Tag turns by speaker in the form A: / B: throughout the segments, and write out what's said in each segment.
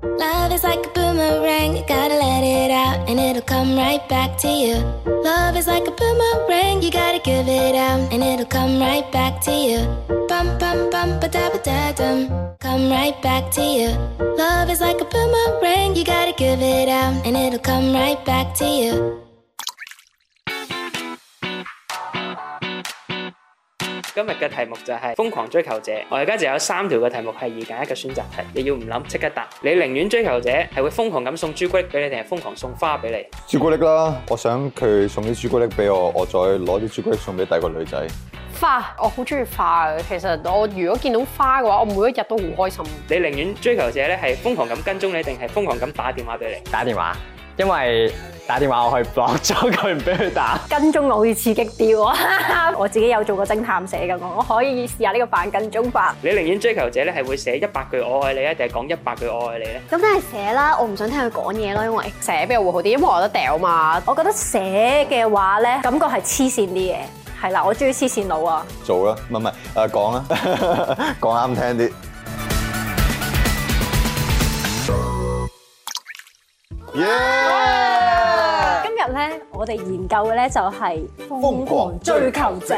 A: Love is like a boomerang, you gotta let it out, and it'll come right back to you. Love is like a boomerang, you gotta give it out, and it'll come right back to you. Bum bum bum ba da ba da dum, come right back to you. Love is like a boomerang, you gotta give it out, and it'll come right back to you.
B: Hôm nay, chủ đề của chúng ta là Phong Hoàng Truy Cầu Giả Tôi bây giờ có 3 câu hỏi là chọn 1 câu hỏi Các bạn không cần nghĩ, lập tức đáp Các bạn thích truy cầu giả sẽ phong hoàng gửi chú quýt cho các bạn hay phong hoàng gửi hoa cho các bạn
C: 朱古力啦，我想佢送啲朱古力俾我，我再攞啲朱古力送俾第二個女仔。
D: 花，我好中意花嘅。其實我如果見到花嘅話，我每一日都好開心。
B: Các bạn thích truy cầu giả sẽ phong hoàng gửi theo dõi các bạn hay phong hoàng gửi gọi điện thoại cho các bạn
E: 打電話，因為打電話我去 block 咗佢，唔俾佢打。
F: 跟蹤我好似刺激啲喎， 我自己有做過偵探社咁，我可以試下呢個扮跟蹤法。
B: Các bạn thích truy cầu giả sẽ viết 100 câu tôi yêu anh hay nói 100 câu tôi yêu anh
G: 咁梗係寫啦，我唔想聽佢講嘢咯，因為
D: 寫俾我會好啲，因為我有得掉嘛。
F: 我覺得寫嘅話咧，感覺係黐線啲嘅，係啦，我中意黐線佬啊。
C: 做啦，唔係唔係，誒講啦，講啱聽啲。耶！
F: 今日咧，我哋研究嘅咧就係 Oh
C: 瘋狂追求者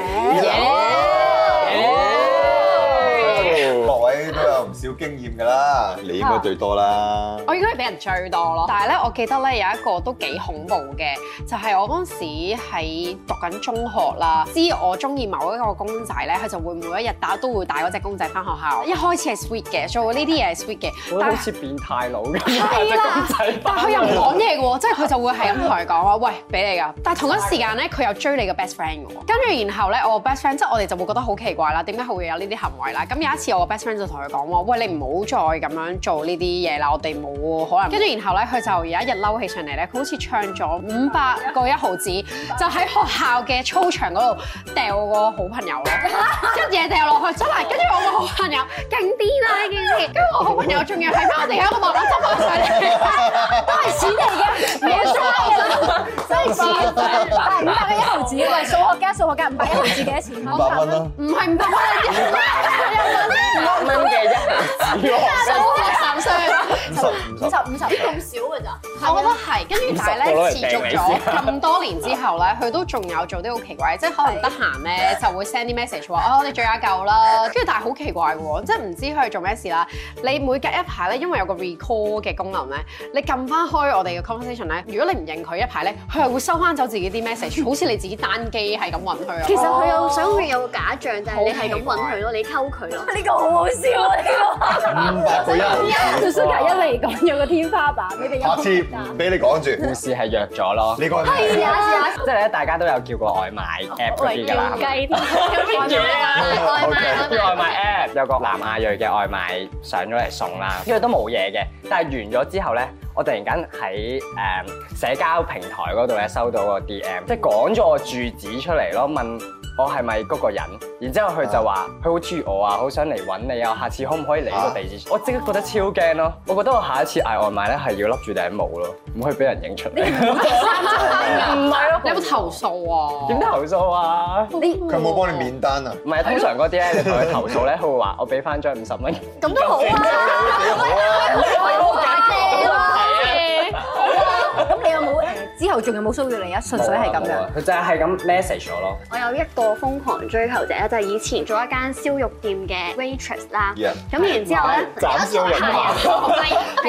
C: 各位都有唔少經驗㗎啦，你應該最多啦。
D: 我應該係俾人追多咯，但係咧，我記得咧有一個都幾恐怖嘅，就係、我嗰陣時係讀緊中學啦，知我中意某一個公仔咧，佢就會每一日打都會帶嗰只公仔翻學校。一開始係 sweet 嘅，做呢啲嘢係 sweet 嘅，但
E: 我覺得
D: 係
E: 好似變態佬咁，
D: 係
E: 隻
D: 啦
E: 公仔
D: 但佢又唔講嘢嘅喎，即係佢就會係咁同佢講話，喂，俾你㗎。但係同一時間咧，佢又追你個 best friend 嘅喎。跟住然後咧，我個 best friend 即係我哋就會覺得好奇怪啦，點解佢會有呢啲行為啦？咁有一次我個 best friend 就同佢講話，喂，你唔好再咁樣做呢啲嘢啦，我哋冇可能。跟住然後咧，佢就有一日嬲起上嚟咧，佢好似唱咗五百個一毫子，就喺學校嘅操場嗰度掉我個好朋友咯， 一嘢掉落去，真係。跟住我個好朋友勁癲啊啦呢件事，跟住我好朋友仲要係翻我哋喺度望我執翻上嚟。
F: 都係錢嚟嘅，冇錯嘅，真係錢，但係啊五百嘅一毫子，喂，數學家數學家五百一毫子幾多錢啊
C: 五百蚊啦，
D: 唔係唔得啊！
E: 五蚊嘅一毫子喎，
D: 好受傷。
C: 五十五十。
F: 五十五十。
D: 我覺得係，跟住但係
E: 五十個攞嚟
D: 咧，持
E: 掟你
D: 續咗咁多年之後咧，佢都仲有做啲好奇怪，即係可能得閒咧就會 send 啲 message 話哦，我哋聚下舊啦。跟住但係好奇怪喎，即係唔知佢做咩事啦。你每隔一排咧，因為有個 recall 嘅功能咧，你撳翻開我哋嘅 conversation 咧，如果你唔認佢一排咧，佢係會收翻走自己啲 message，好似你自己單機係咁揾佢啊。
G: 其實佢有想佢有個假象，就係你係咁揾佢咯，你溝佢咯。
F: 呢個好好笑啊！ 呢
C: 五百個一毫
F: 個
C: 子，
F: Suka 一嚟講有個天花板，你哋有
C: 下
F: 冇
C: 次唔俾你講住，
E: 故事係弱咗咯。
C: 你講係咪
E: 即係咧，大家都有叫過外賣 app 嗰啲㗎啦。
F: 雞添？
E: 乜嘢啊？
G: 外賣
E: 啲外賣 app 有個南亞裔嘅外賣上咗嚟送啦，因為都冇嘢嘅。但係完咗之後咧，我突然間喺誒社交平台嗰度咧收到個 DM，即係講咗我住址出嚟咯，問我係咪嗰個人。然之後佢就話佢好中意我啊，好想嚟揾你啊，下次可唔可以嚟呢個地址？我即刻覺得超驚咯！我覺得我下一次嗌外賣咧係要笠住頂帽咯，唔可以俾人影出嚟。 唔係咯，
D: 你有冇投訴啊？
E: 點投訴啊？
C: 佢冇幫你免單啊？
E: 唔係通常嗰啲咧，你同佢投訴咧，佢會話我俾翻張五十蚊。
G: 咁都好啊，
C: 幾好啊！
F: 咁你有冇誒之後仲有冇騷擾你啊？純粹係咁
E: 冇
F: 樣。
E: 啊，佢就係咁 message 我咯。
G: 我有一個瘋狂追求者咧，就係以前做一間燒肉店嘅 waitress 啦。
C: Yeah
G: 咁然之後咧，
E: 斬燒肉 啊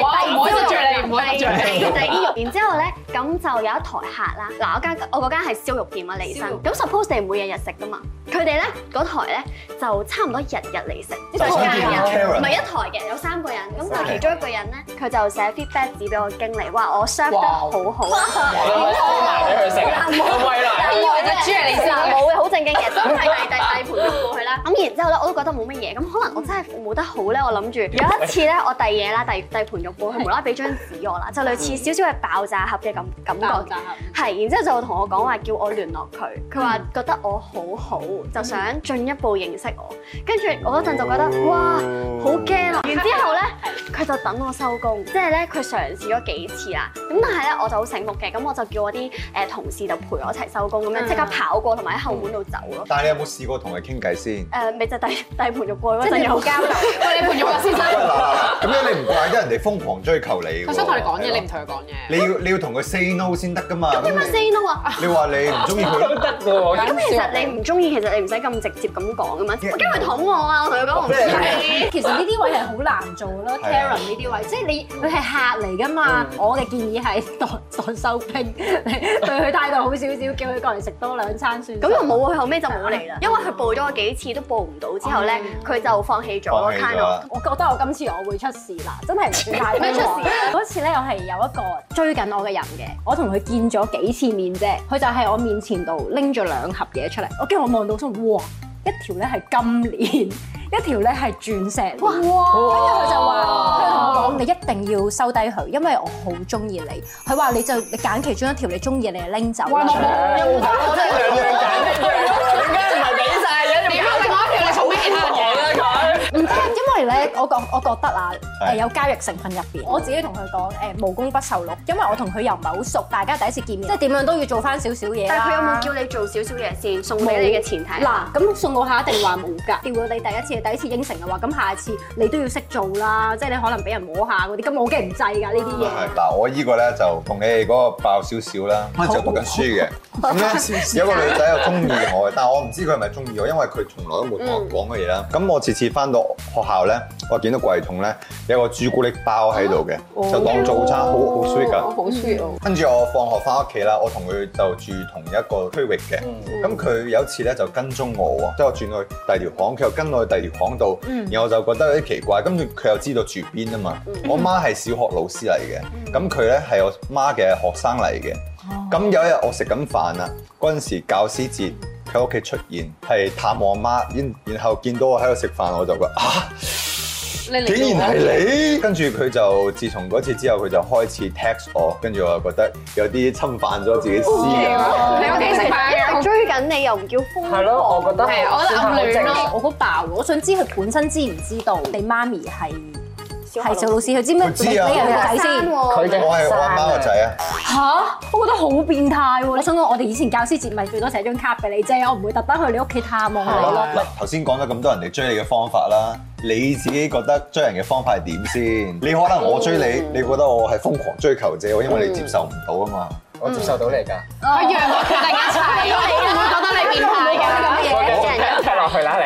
D: 哇唔可以得罪你唔可以得罪你
G: 第二肉，然之後咧，咁就有一台客啦。嗱，我間我嗰間係燒肉店啊，嚟身。咁 suppose 你唔會日日食噶嘛？佢哋咧嗰台咧就差唔多日日嚟食，一
C: 就想見到 Karen
G: 唔係一台嘅，有三個人。咁但係其中一個人咧，佢就寫 feedback 紙俾我經理，話我 serve 得好啊好。
E: 你可唔可以收埋俾佢食啊？我喂啦，
D: 以為隻豬係你生嘅
G: 嗱冇嘅，好正經嘅，真係遞遞遞盤肉過去啦。咁然之後咧，我都覺得冇乜嘢。咁可能我真係冇得好咧，我諗住有一次咧，我遞嘢啦，遞遞盤肉過去，無啦啦俾張紙我啦，就類似少少係爆炸盒嘅感感覺。係，然之後就同我講話叫我聯絡佢，佢話覺得我好好，就想進一步認識我。跟住我嗰陣就覺
C: 哦
G: 得哇〜好驚啊！然之後咧，佢就等我收工，即係咧佢嘗試咗幾次啦。咁但係咧，我就好醒目嘅，咁我就叫我啲誒同事就陪我一齊收工，咁樣即刻跑過，同埋喺後門度走咯。
C: 但係你有冇試過同佢傾偈先？
G: 誒，咪就 第第二盤肉過嗰
F: 即係
G: 陣
F: 你
G: 有
F: 冇交流。喂，你陪咗我先
C: 嗱嗱嗱咁樣你唔怪得人哋瘋狂追求你喎。
D: 佢想同你講
C: 係咯
D: 嘢，你唔同佢講嘢。
C: 你要你要同佢 say no 先得噶嘛。咁
G: 點解 say no 啊？
C: 你話你唔中意佢，
E: 得嘅喎，
G: 咁其實你唔中意，其實你唔使咁直接咁講噶嘛。我驚佢捅我啊！我同佢講我唔中 意。
F: 其實呢啲位係好難做
C: 係
F: 咯
C: 啊
F: ，Karen 呢啲位，即係你佢係客嚟噶嘛。我嘅建議係當當收兵， 你對佢態度好少少，叫佢過嚟食多兩餐算。
G: 咁又冇喎，佢後尾就冇嚟啦。因為佢報咗我幾次都報唔到，之後咧佢就放棄咗
C: 放
G: 咯
C: 棄咗
G: kind
C: 啦
G: of。
F: 我覺得我今次我會出事啦，真係唔算太咩
G: 咩出事？啊
F: 嗰次咧，我係有一個追緊我嘅人嘅，我同佢見咗幾次面啫，佢就喺我面前度拎咗兩盒嘢出嚟，我跟住我望到心諗，哇，一條咧係金鏈，一條咧係鑽石鏈，跟住佢就話，佢同我講你一定要收低佢，因為我好中意你。佢話你就你揀其中一條你中意，你就拎走啦。
D: 你拋另外一條，你做咩其他嘢？
F: 唔聽，因為咧，我覺我覺得啊，
C: 係
F: 誒有交易成分入邊，我自己同佢講誒無功不受祿，因為我同佢又唔係好熟，大家第一次見面，即係點樣都要做翻少少嘢
G: 但
F: 啦
G: 係佢有冇叫你做少少嘢先送俾你嘅前提？
F: 嗱，咁送我下一定話冇㗎。調到你第一次，第一次應承嘅話，咁下一次你都要識做啦，即係你可能俾人摸下嗰啲，咁我梗係唔制㗎呢啲嘢。
C: 係嗱，我依個咧就同你哋嗰個爆少少啦。嗰陣時我讀緊書嘅，咁咧有個女仔又中意我嘅，但係我唔知佢係咪中意我，因為佢從來都冇同我講過嘢啦。咁我次次翻到學校咧，我見到櫃桶咧有個朱古力包喺度嘅，就當早餐，好好 sweet 㗎。
D: 好 sweet 喎。
C: 跟住我放學翻屋企啦，我同佢就住同一個區域嘅。咁佢有一次咧就跟蹤我喎，即係我轉去第二條巷，佢又跟我去第二條巷度，然後我就覺得有啲奇怪。跟住佢又知道住邊啊嘛。我媽係小學老師嚟嘅，咁佢咧係我媽嘅學生嚟嘅。咁有一日我食緊飯啊，嗰陣時教師節。佢喺屋企出現，係探我媽，然然後見到我喺度食飯，我就覺得啊，
D: 你嚟
C: 竟然
D: 到
C: 係你！跟住佢就自從嗰次之後，佢就開始 text 我，跟住我就覺得有啲侵犯咗自己私隱啦。
D: 你屋企食飯嘅，
G: 追緊你又唔叫瘋
E: 係咯，我覺得
D: 係我覺得暗戀咯。
F: 我好爆喎，我想知佢本身知唔知道你媽咪係
G: 小
F: 係小老師，佢知唔
C: 佢
F: 知
C: 知
F: 你
C: 啊
F: 有個仔先？
E: 佢
G: 先。
E: 嘅
C: 我係我阿媽個仔啊，
F: 吓？我覺得好變態喎！我想講，我哋以前教師節咪最多寫張卡俾你啫，我唔會特登去你屋企探望
C: 係
F: 你
C: 咯
F: 咯。
C: 嗱，頭先講咗咁多人哋追你嘅方法啦，你自己覺得追人嘅方法係點先？你可能我追你，你覺得我係瘋狂追求者，因為你接受唔到啊嘛。
E: 我接受到你㗎，
D: 我讓我決定一齊，我唔會覺得你變態㗎。
E: 我嘅踢落去啦你。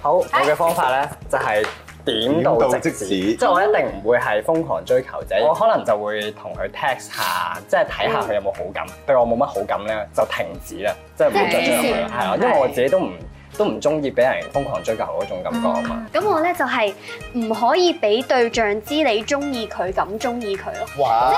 E: 好，我嘅方法咧就係點到即止，
C: 點到即
E: 即
C: 止
E: 係我一定唔會係瘋狂追求者，我可能就會同佢 text 下，即係睇下佢有冇好感，對我冇乜好感咧就停止啦，即係唔會再追佢啦，係啊啦，因為我自己都唔都唔中意俾人瘋狂追求嗰種感覺啊嘛。
G: 咁我咧就係唔可以俾對象知你中意佢咁中意佢咯。
C: 哇！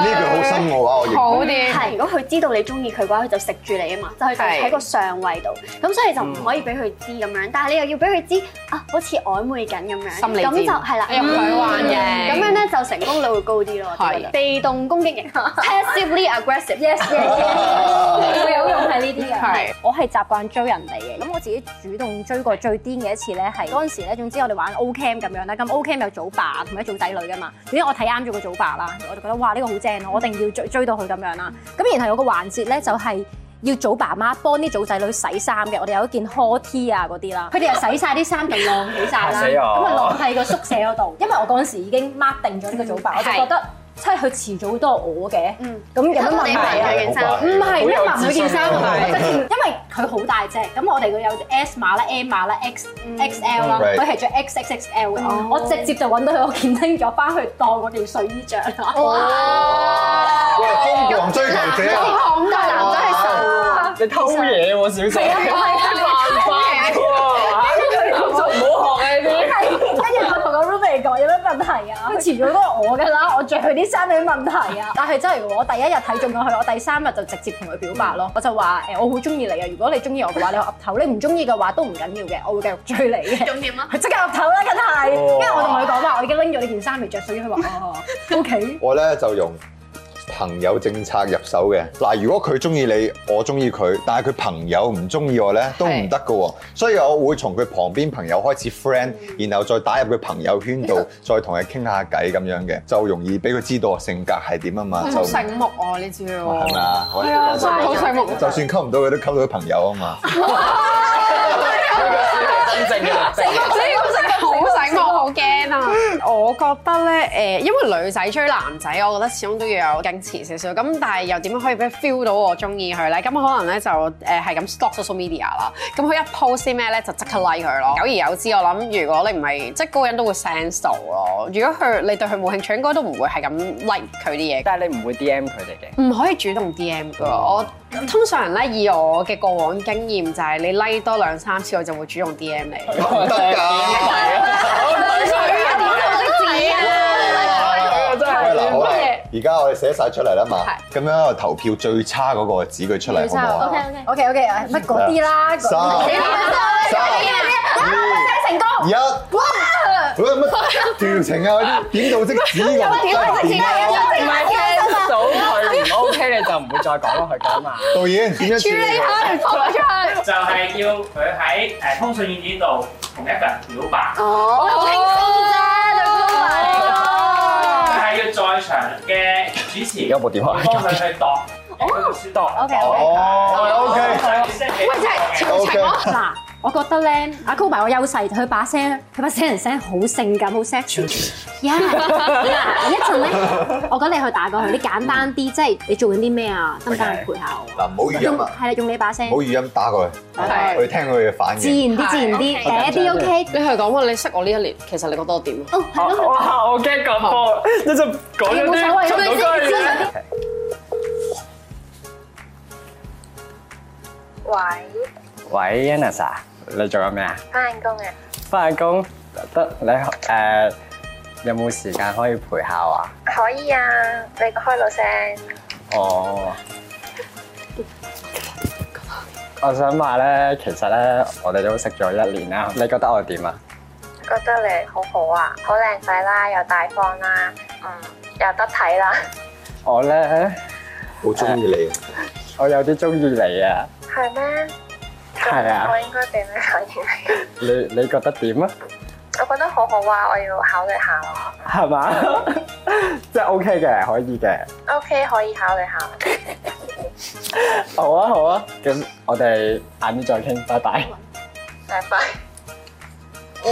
C: 呢句好深奧啊，我認
D: 好
C: 同。
D: 啲，
G: 係，如果佢知道你中意佢嘅話，佢就食住你啊嘛，就係佢喺個上位度。咁所以就唔可以俾佢知咁樣，但係你又要俾佢知啊，好似曖昧緊咁樣。
D: 心理戰
G: 咁就係啦，
D: 你又唔想玩嘅
G: 咁樣咧就成功率會高啲咯。我覺得
D: 係
G: 被動攻擊型，passively aggressive。
F: Yes yes yes，最 有用係呢啲嘅。啊
D: 係
F: 我係習慣追人哋嘅，咁我自己主動追過最癲嘅一次咧，係嗰陣時咧，總之我哋玩 O Cam 咁樣啦，咁 O Cam 有組爸同埋組仔女噶嘛，總之我睇啱咗個組爸啦，我就覺得哇呢、個好正，我一定要追追到佢咁樣啦。咁然後有個環節咧就係、要組爸媽幫啲組仔女洗衫嘅，我哋有一件 h T 啊嗰啲啦，佢哋又洗晒啲衫就晾起晒
E: 嚇
F: 啦，
E: 死我
F: 咁啊晾喺個宿舍嗰度，因為我嗰陣時已經 mark 定咗呢個組爸，我就覺得即係佢遲早都係我嘅，
G: 嗯
F: 咁有乜問題
G: 你埋
F: 啊？
G: 佢件衫
C: 好吧
F: 唔係咩
E: 好有
F: 佢
E: 自信
F: 件衫係咪？
E: 啊
F: 即係因為佢好大隻，咁我哋佢有 S 碼啦、M 碼啦、X、XL 啦，
C: Right
F: 佢係着 XXXL 嘅。我直接就揾到佢，我見拎咗翻去當嗰件睡衣着啦。
G: 哇！
C: 喂，瘋狂追求者啊！
G: 個男仔
F: Ờ.
G: 係神。
F: 啊
E: 你偷嘢喎，小姐，
F: 係啊係啊係啊
E: 犯法喎，唔好學啊呢啲。
F: 係，跟住我同個 roommate 講有咩問題啊？ 佢遲早都係我㗎啦，我最佢啲生理問題啊！ 但係真係喎我第一日睇中咗佢，我第三日就直接同佢表白咯。我就話誒、我好中意你啊！如果你中意我嘅話，你可以岌頭；你唔中意嘅話都唔緊要嘅，我會繼續追你 嘅。
G: 咁點啊？
F: 佢即刻岌頭啦，梗係，
E: 哦
F: 因為我同佢講話，我已經拎咗呢件衫嚟着，所以佢話哦，OK。
C: 我咧就用朋友政策入手嘅。嗱，如果佢中意你，我中意佢，但係佢朋友唔中意我咧，都唔得嘅喎。所以我會從佢旁邊朋友開始 friend，然
D: 嗯
C: 後再打入佢朋友圈 度，再同佢傾下偈咁樣嘅，就容易俾佢知道我性格係點啊嘛。就
D: 好醒目啊！呢招
C: 係咪啊？可以
D: 係啊，真係好醒目。
C: 就算溝唔到佢，都溝到佢朋友啊 嘛。
E: 真正嘅
D: 呢個真
E: 真正
D: 係好醒目，好驚啊！我覺得咧，誒，因為女仔追男仔，我覺得始終都要有矜持少少。咁但係又點樣可以俾佢 feel 到我中意佢咧？咁可能咧就誒係咁 stalk social media 啦。咁佢一 post 啲咩咧，就即刻 like 佢咯。久而久之，我諗如果你唔係即係高人都會 sense 到咯。如果佢你對佢冇興趣，應該都唔會係咁 like 佢啲嘢。
E: 但係你唔會 D M 佢哋嘅。
D: 唔可以主動 DM 噶，我通常咧以我嘅過往經驗就係你 like 多兩三次，我就會主動 DM 你。
C: 唔得㗎。喂嗱，好啦，而家我哋寫晒出嚟啦嘛，咁樣我投票最差嗰個指佢出嚟好唔好啊？
G: OK，OK
F: OK OK，乜嗰啲啦，
C: 三三
F: 成功。
C: 二一，哇！喂乜調情啊嗰啲點到即止咁，真係點啊
E: 唔係聽到佢唔 OK，你就唔會再講落去㗎嘛。
C: 導演點樣處理？
B: 就係要佢喺誒通訊軟件度同一個人表白，
G: 我好輕鬆
B: 但
G: 啫，
B: 係要在場嘅主持
E: 有部電話
B: 幫佢去度。
E: 哦
B: 度
F: ，OK，
C: 哦，OK，
B: 喂，
C: OK
F: 嗱，我覺得咧，阿 Kobe 我優勢，佢把聲，佢把聲人聲好性感，好 sexy。呀，嗱，一陣咧，我覺得你去打過去，你簡單啲，即係你做緊啲咩啊？得唔得？你陪下我。
C: 嗱，唔好語
F: 用
C: 音啊，
F: 係啦，用你把聲
C: 唔，好語音打過去，我哋聽佢嘅反
F: 自
C: 應。
F: 然啲，自然啲，嗲啲，OK。
D: 你係講話你識我呢一年，其實你覺得我點啊？
F: 哦，係咯，
E: 哇！我驚咁波，你就講
F: 冇所謂，你知知
E: 嘢。喂，Anna 啊，你做緊咩啊？
H: 翻工啊！
E: 翻工得你誒有冇時間可以陪下我啊？
H: 可以啊，你個開到聲。
E: 哦，我想話咧，其實咧，我哋都識咗一年啦。你覺得我點啊？
H: 覺得你好好啊，好靚仔啦，又大方啦，嗯，又得睇啦，
E: 我咧，
C: 好中意你啊，
E: 我有啲中意你啊。
H: 係咩？
E: 係啊
H: 我應該俾咩反應你？
E: 你你覺得點啊？
H: 我覺得好好啊，我要考慮下咯。
E: 係嘛？ 即係 OK 嘅，可以嘅。
H: OK，可以考慮下。
E: 好啊，好啊。咁我哋晏啲再傾，拜拜。
H: 拜拜。
G: 你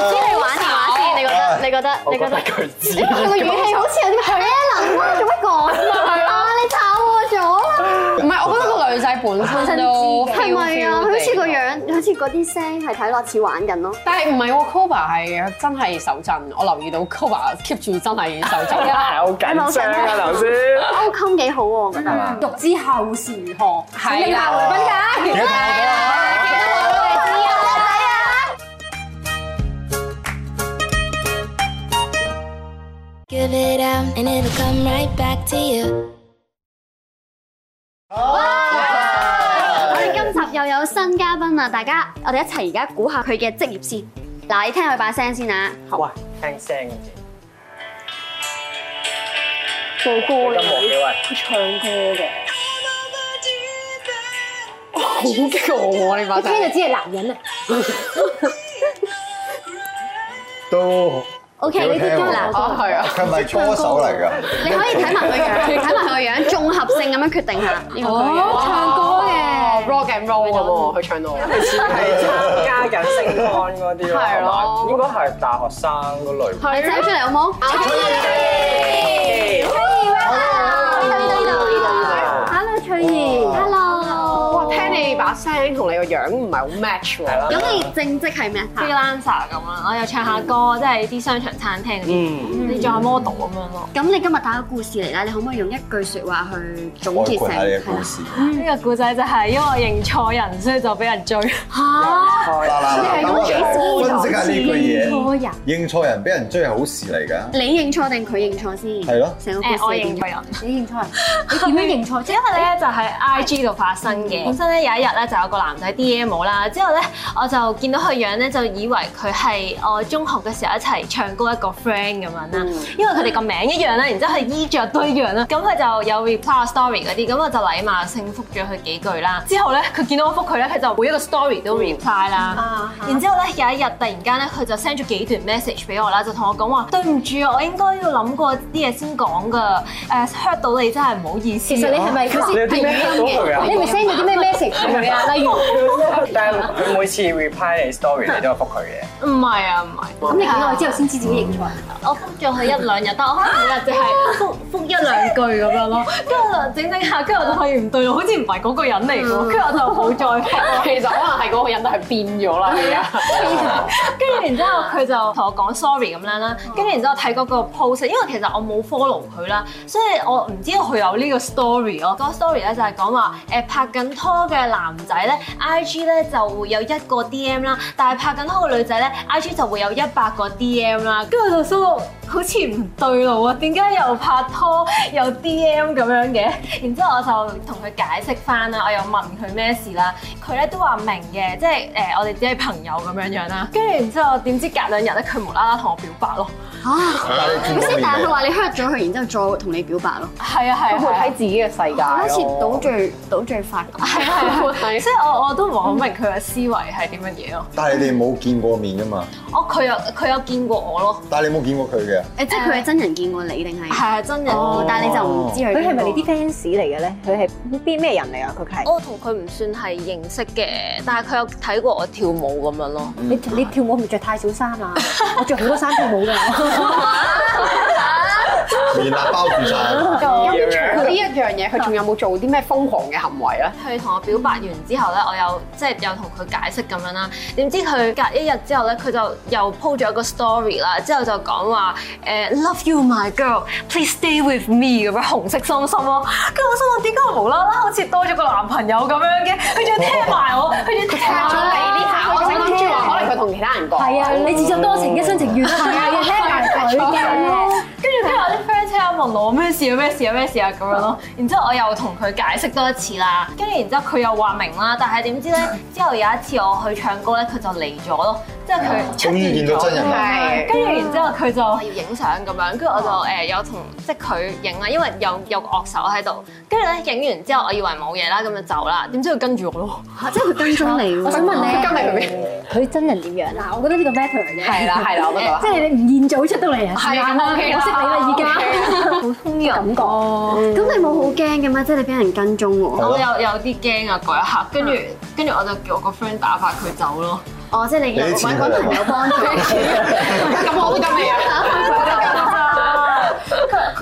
G: 知你玩電話先，你覺得？你覺得？
E: 我
G: 你
E: 覺得
G: 覺得？
E: 佢知。
G: 個語氣好似有啲 h e l 做乜講啊？你炒我咗啦！
D: 唔係，我覺得個女仔本身都
G: 係咪啊？佢好似個
D: 樣，
G: 樣，好似嗰啲聲係睇落似玩緊咯。
D: 但係唔係喎？Koba 係真係手震，我留意到 Koba keep 住真係手震。
E: 係好緊張啊，頭先。
G: 勾襟幾好喎，我覺得。
F: 欲知後事如何，
D: 係啦
F: 請你鬧佢分解。
C: 記得同我講啊！
G: à?
A: Give it up and it'll come right back to you.
G: 我哋今集又有新嘉賓啦，大家我哋一齊而家估下佢嘅職業先。嗱，你聽佢把聲先啊，
E: 喂，聽聲嘅啫。
G: 做歌
E: 音樂嘅喂。
G: 佢唱歌嘅。
D: 好激我喎！啊你把
F: 一
D: 聲
F: 聽就知係男人啊！
C: 都
G: O K，你接咗啦，
D: 哦係啊，
C: 佢係咪歌手嚟㗎？
G: 你可以睇埋佢樣，睇埋佢個樣，綜合性咁樣決定下呢個佢樣。唱歌嘅，
D: 哦 rock and roll 啊喎，佢唱到。啊
E: 係參加緊星光嗰啲咯，
D: 係咯
E: 係嘛應該係大學生嗰類。
G: 你走出嚟好冇？Hello，
E: 啊
G: 翠怡，Hello。
D: 哇，聽你把聲同你個樣唔係好 match 喎。
E: 係啦
G: 咁你正職係咩啊？
H: freelancer 咁啦，我又唱下歌，即係啲商場餐廳嗰
B: Ừ.
H: 啲，
E: 嗯，
H: 你做下 model 咁樣咯。
G: 咁你今日打個故事嚟啦，你可唔可以用一句説話去總
C: 概
G: 結
C: 括
G: 成？
C: 下你嘅故事。
H: 呢個故仔就係因為我認錯人，所以就俾人追。
G: 嚇！
C: 嗱嗱嗱，等我哋分析下呢句嘢。
G: 錯人，
C: 認錯人俾人追係好事嚟㗎，
G: 你認錯定佢認錯先？
C: 係咯。
G: 成個故事
I: 誒，我認錯人，你認錯 人，你點樣認錯？嗯即係因為咧就喺 IG 度發生嘅，本身咧有一日咧就有個男仔 DM 我啦，之後咧我就見到佢樣咧就以為佢係我中學嘅時候一齊唱歌一個 friend 咁樣啦，因為佢哋個名一樣啦，然之後佢衣着都一樣啦，咁佢就有 reply 我 story 嗰啲，咁我就禮貌性覆咗佢幾句啦。之後咧佢見到我覆佢咧，佢就每一個 story 都 reply 啦。然之後咧有一日突然間咧，佢就 send 咗幾段 message 俾我啦，就同我講話對唔住啊，我應該要諗過啲嘢先講噶，誒 hurt 到你真係唔好意思。啊
F: 其實你係咪
E: 你有啲咩 hurt 到佢啊
F: 你？係咪 send 咗啲咩 message 俾佢啊？例如，
E: 但係佢每次 reply 你 story，你都有覆佢嘅。
I: 唔係啊，唔係。
F: 咁你幾耐之後先知自己認錯？
I: 我覆咗佢一兩日，但我可能每日就係覆覆一兩句咁樣咯，跟住我就整整下，跟住我就發現唔對路，好似唔係嗰個人嚟喎，跟住我就冇再覆。
D: 其實可能係嗰個人都係啊變咗啦，而家。
I: 跟住然之後佢就同我講 sorry 咁樣啦，跟住然之後睇嗰個 post，因為其實我冇 follow 佢啦，所以我唔知道佢有呢個 story 咯。嗰個 story 咧就係講話誒拍緊拖嘅男仔咧，IG 咧就會有一個 DM 啦，但係拍緊拖嘅女仔咧，IG 就會有一百個 DM 啦。跟住我就心諗好似唔對路啊，點解又拍拖又 DM 咁樣嘅？然之後我就同佢解釋翻啦，我又問佢咩事啦，佢咧都話明嘅，即係誒、我哋只係朋友咁樣樣啊啦。跟住然之後點知隔兩日咧，佢無啦啦同我表白咯。
C: 但係你見
G: 咁即
C: 到
G: 係但係佢
C: 面
G: 話你 hurt 咗佢，然之後再同你表白咯，
I: 係啊係啊，係啊
D: 自己嘅世界
G: 好似倒罪倒罪法咁。
I: 係 啊係啊，即係我我都唔係好明佢嘅思維係點樣嘢咯。
C: 但係你哋冇見過面㗎嘛？
I: 我哦佢有佢有見過我咯，
C: 但係你冇見過佢嘅。
G: 誒，即係佢係真人見過你定
I: 係
G: 係？
I: 啊真人。
G: 哦，但係你就唔知佢。
J: 佢係咪你啲 fans 嚟嘅咧？佢係邊咩人嚟啊？佢係
I: 我同佢唔算係認識嘅，但係佢有睇過我跳舞咁樣咯。
F: 你你跳舞係咪着太少衫啊？我着好多衫跳舞㗎。
C: 面啊包住 晒，
D: 除呢一樣嘢，佢仲有冇做啲咩瘋狂嘅行為咧？
I: 佢同我表白完之後咧，我又即係又同佢解釋咁樣啦。點知佢隔一日之後咧，佢就又 po 咗一個 story 啦，之後就講話誒 love you my girl，please stay with me 咁樣紅色心心咯。跟住我心諗點解我無啦啦好似多咗個男朋友咁樣嘅？佢仲要聽埋我，佢仲要聽埋
D: 仲嚟呢下，我就諗住話可能佢同其他人講。
F: 係啊，你自作多情，一生情願係 啊，聽埋佢嘅。
I: 跟住跟住我啲 friend 即刻問我咩事啊咩事啊咩事啊咁樣咯，然之後我又同佢解釋多一次啦，跟住然之後佢又話明啦，但係點知咧之後有一次我去唱歌咧，佢就嚟咗咯，即係佢出
C: 哦終於見到真人 啦。
D: 係。
I: 跟住然之後佢就哦要影相咁樣，跟住我就誒有同即係佢影啦，因為有有個樂手喺度，跟住咧影完之後我以為冇嘢啦，咁就走啦，點知佢跟住我咯，
G: 嚇即係佢跟蹤 你喎。
F: 我想問
D: 佢 今日佢
F: 咧，
D: 邊？
F: 佢真人點樣？嗱，我覺得呢個 matter 嘅。
D: 係啦係啦，我都覺得
F: 即。係你吳彥祖出到嚟啊，
D: 係啊
F: 時間啦
D: OK 啦
F: 我識你啦已經，好通嘅感覺。
G: 哦咁你冇好驚嘅咩？即係你俾人跟蹤喎。
I: 我有有啲驚啊嗰一刻，跟住跟住我就叫我個 friend 打發佢走 咯。
G: 哦，即係你
C: 你啲錢佢嚟
G: 有幫助。
D: 咁好㗎未啊？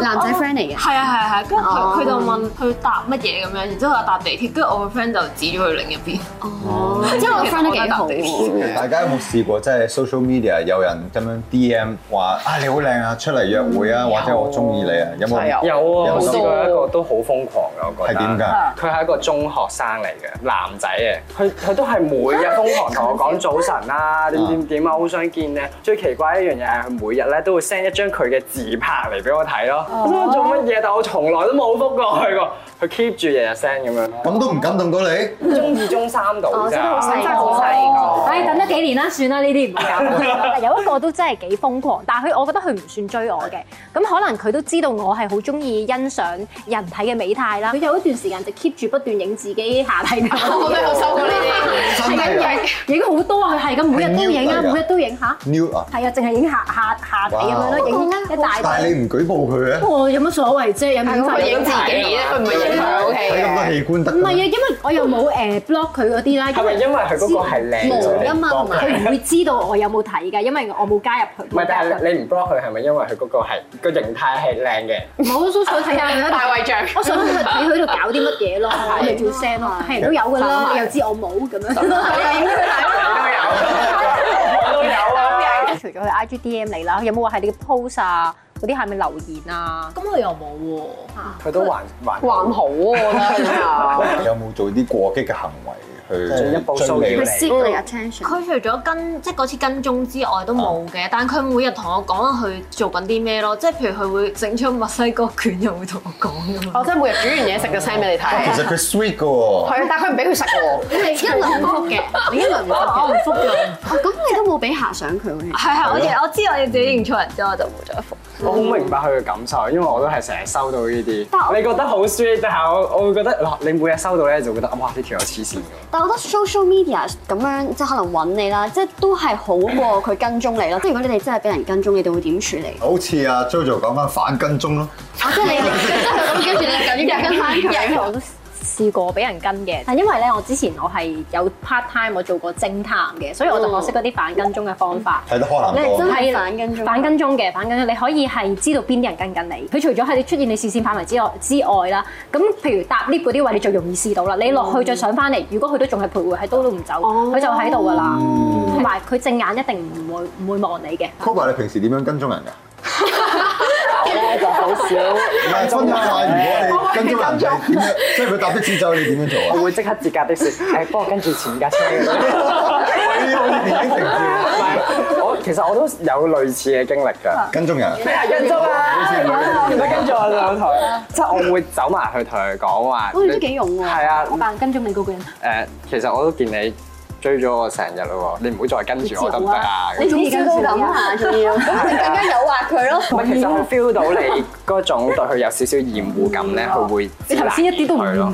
G: 男仔 friend 嚟嘅。
I: 係啊係啊係啊，跟住
G: 哦
I: 佢佢就問佢搭乜嘢咁樣，然之後佢話搭地鐵，跟住我個 friend 就指咗去另一邊。
G: 哦，即係我 friend 都幾好喎。
C: 大家有冇試過即係 social media 有人咁樣 DM 話啊你好靚啊，出嚟約會啊，或者我中意你啊，有冇
D: 係啊
E: 有啊，
C: 有
E: 我
C: 好多
E: 試過一個都好瘋狂嘅，我覺
C: 係
E: 得。
C: 點㗎？
E: 佢係一個中學生嚟嘅男仔嘅，佢佢都係每日瘋狂同我講早晨啦，
G: 嗯
E: 點點點啊，好想見你。最奇怪一樣嘢係佢每日咧都會 send 一張佢嘅自拍嚟俾我睇咯。
G: 哦
E: 我心諗做乜嘢？但我從來都冇覆過佢喎。佢 keep 住日日 send 咁樣咯。
C: 咁都唔感動到你？
E: 中二中三度
G: 哦，
E: 咋
G: 真係好細
D: 真係好細個。
F: 唉，等咗幾年啦，算啦，呢啲唔搞。
J: 有一個都真係幾瘋狂，但係佢我覺得佢唔算追我嘅，咁可能佢都知道我係好中意欣賞人體嘅美態啦。佢有一段時間就 keep 住不斷影自己下體嘅，
D: 我都有收過呢啲。
C: 真係啊
F: 影好多啊，佢係咁，每日都影
C: 係
F: 啊，
C: 腰嚟㗎
F: 每日都影下，
C: ，new 啊！
F: 係啊，淨係影下下下底咁樣咯，影一大
C: 但係
F: 堆。
C: 你唔舉報佢啊嘅，
F: 不過有乜所謂啫？有免
D: 係咁佢
F: 費
D: 影自己咧，佢唔係影佢 OK
C: 睇咁多
D: 嘅。
C: 器官得
F: 唔係啊，
C: 㗎。
F: 因為我又冇誒 block 佢嗰啲啦。
E: 係咪因為佢嗰個係靚
F: 無
E: 仔
F: 㗎
G: 啊
F: 嘛，同埋
E: 你唔 block 佢
F: 佢唔會知道我有冇睇㗎，因為我冇加入佢。
E: 唔係，但係你唔 block 佢係咪因為佢嗰個係個形態係靚嘅？
F: 唔係我都想睇下佢喺度
D: 大衛像。
F: 我想睇佢喺度搞啲乜嘢咯，我咪做聲咯，係人都有㗎啦，你又知我冇咁樣。
E: 我都有啊！
J: 除咗佢 IG DM 你啦，有冇話係你嘅 post 啊嗰啲係咪留言啊？
I: 咁我又冇喎，
E: 佢都還還
D: 還好喎，我覺得真係。
C: 有冇做啲過激嘅行為？去
E: 進一步
C: 追
E: 騷擾
C: 你
E: 你
G: 去 seek 你 attention。
K: 佢除咗跟即係嗰次跟蹤之外都冇嘅，但係佢每日同我講佢做緊啲咩咯，即係譬如佢會整出墨西哥卷又會同我講咁樣。
D: 哦，即係每日煮完嘢食就 send 俾你睇。
C: 其實佢 sweet 噶喎，
D: 係，但啊係佢唔俾佢食喎。
G: 你一輪覆嘅，你一輪
K: 我唔
G: 覆嘅。
K: 復啦，
G: 哦，咁你都冇俾遐想佢嘅。
K: 係係，我哋我知我要自己認錯人之後，我就冇再復。
E: 我好明白佢嘅感受，因為我都係成日收到呢
G: 但我
E: 啲。你覺得好 sweet，但係我我會覺得，哇！你每日收到咧就覺得，哇！呢條友黐線㗎。
G: 但我覺得 social media 咁樣即係可能揾你啦，即係都係好過佢跟蹤你咯。即係如果你哋真係俾人跟蹤，你哋會點處理？
C: 好似阿 JoJo 講翻反跟蹤咯，
G: 啊，即係你你即係咁跟住你就要跟翻佢。
F: 我都試過俾人跟嘅，但因為咧，我之前我係有 part time 我做過偵探嘅，所以我就學識嗰啲反跟蹤嘅方法。
C: 睇得柯南
G: 你係真
C: 多。
G: 係反跟蹤，
F: 反跟蹤嘅，反跟蹤，你可以係知道邊啲人跟緊你。佢除咗喺你出現你視線範圍之外之外啦，咁譬如搭 lift 嗰啲位，你就容易試到啦。你落去再上翻嚟，如果佢都仲係徘徊喺度都唔走，佢就喺度噶啦。同埋佢正眼一定唔會唔會望你嘅。
C: Kobe，你平時點樣跟蹤人㗎？
E: 我咧就好少，
C: 唔係分下，如果你跟蹤人哋點樣，即係佢搭的士走，你點樣做啊？
E: 我會即刻截架的士，誒幫我跟住前架車。
C: 你好似電影情節，
E: 我其實我都有類似嘅經歷㗎。
C: 跟蹤人。
E: 咩啊？跟蹤啊！你跟住我上台，即係我會走埋去同佢講話。
G: 哇，你都幾勇喎。
E: 係啊，
F: 我扮跟蹤你嗰個人，
E: 誒，其實我都見你追咗我成日嘞喎，你唔好再跟住我得唔得啊？
G: 你仲笑到咁啊，仲要咁你更加誘惑佢
F: 啊
G: 咯。
E: 唔係，其實我 feel 到你嗰種對佢有少少厭惡感咧，佢會
F: 你頭先一啲都唔
E: 係
F: 厭
E: 咯，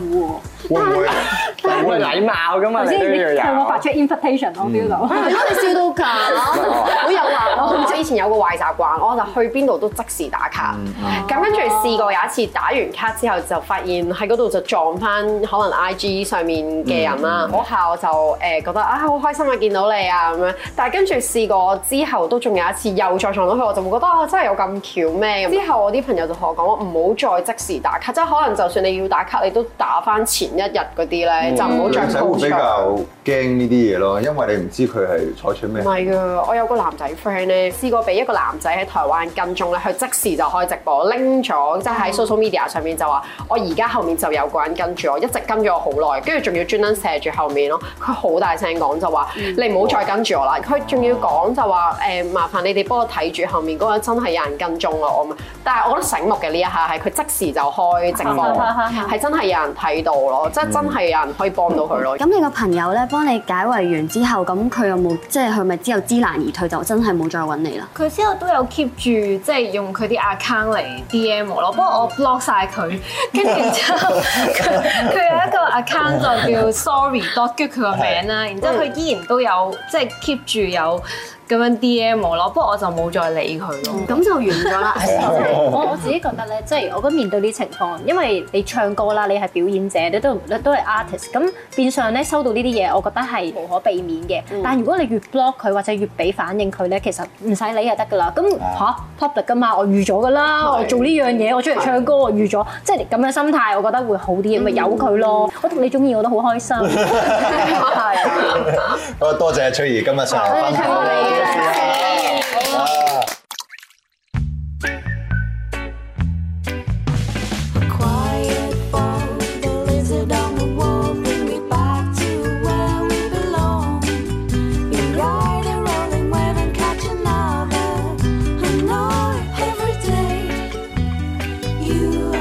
F: 惡
C: 會唔會？啊
E: 但會禮貌噶嘛，
F: 喎，頭
E: 你都
F: 先你
E: 要
F: 向
E: 有
F: 我。發出 invitation，我 feel
E: 嗯
F: 到。
G: 係咯，你笑到咁。
D: 好有話咯，我以前有個壞習慣，我就去邊度都即時打卡。
C: 哦
D: 咁跟住試過有一次打完卡之後，就發現喺嗰度就撞翻可能 IG 上面嘅人啦。嗰下我就誒覺得啊好開心啊，見到你啊咁樣。但係跟住試過之後，都仲有一次又再撞到佢，我就會覺得啊真係有咁巧咩？之後我啲朋友就同我講唔好再即時打卡，即係可能就算你要打卡，你都打翻前一日嗰啲咧，就唔好再
C: 女仔會
D: po 出
C: 比
D: 嚟
C: 較驚呢啲嘢咯，因為你唔知佢係採取咩
D: 唔。係噶，我有個男仔 friend 咧，試過俾一個男仔喺台灣跟蹤咧，佢即時就開直播，拎咗即係喺 social media 上面就話：我而家後面就有個人跟住我，一直跟咗我好耐，跟住仲要專登射住後面咯。佢好大聲講就話：你唔好再跟住我啦！佢仲要講就話：誒、麻煩你哋幫我睇住後面嗰個人真係有人跟蹤啊我咁。但係我覺得醒目嘅呢一下係佢即時就開直播，係真係有人睇到咯，即係真係有人可以幫到佢咯。
G: 咁你個朋友咧幫你解圍完之後，咁佢有冇即係佢咪之後知難而退，就真係冇再揾你啦？
K: 佢之後都有 keep 住，即係用佢啲 account 嚟 DM 我咯。不過我 block 晒佢，跟住然之後佢佢有一個 account 就叫 sorry dot，跟住佢個名
F: 嗯
K: 啦。然之後佢依然都有即係 keep 住有咁樣 DM 我咯。不過我就冇再理佢咯。
G: 咁就完咗啦。
F: 我我自己覺得咧，即係我覺得面對呢情況，因為你唱歌啦，你係表演者，你都你都係 artist，咁變相咧收到呢啲嘢，我覺得係無可避免嘅。但係如果你越 block 佢或者越俾反應佢咧，其實唔使理就得㗎啦。咁吓 public 㗎嘛，我預咗㗎啦，我做呢樣嘢，我出嚟唱歌，我預咗，即係咁樣心態，我覺得會好啲，咪由佢咯。我同你中意我都好開心。
C: 好，多謝翠兒今日上嚟分享。啊
A: ，You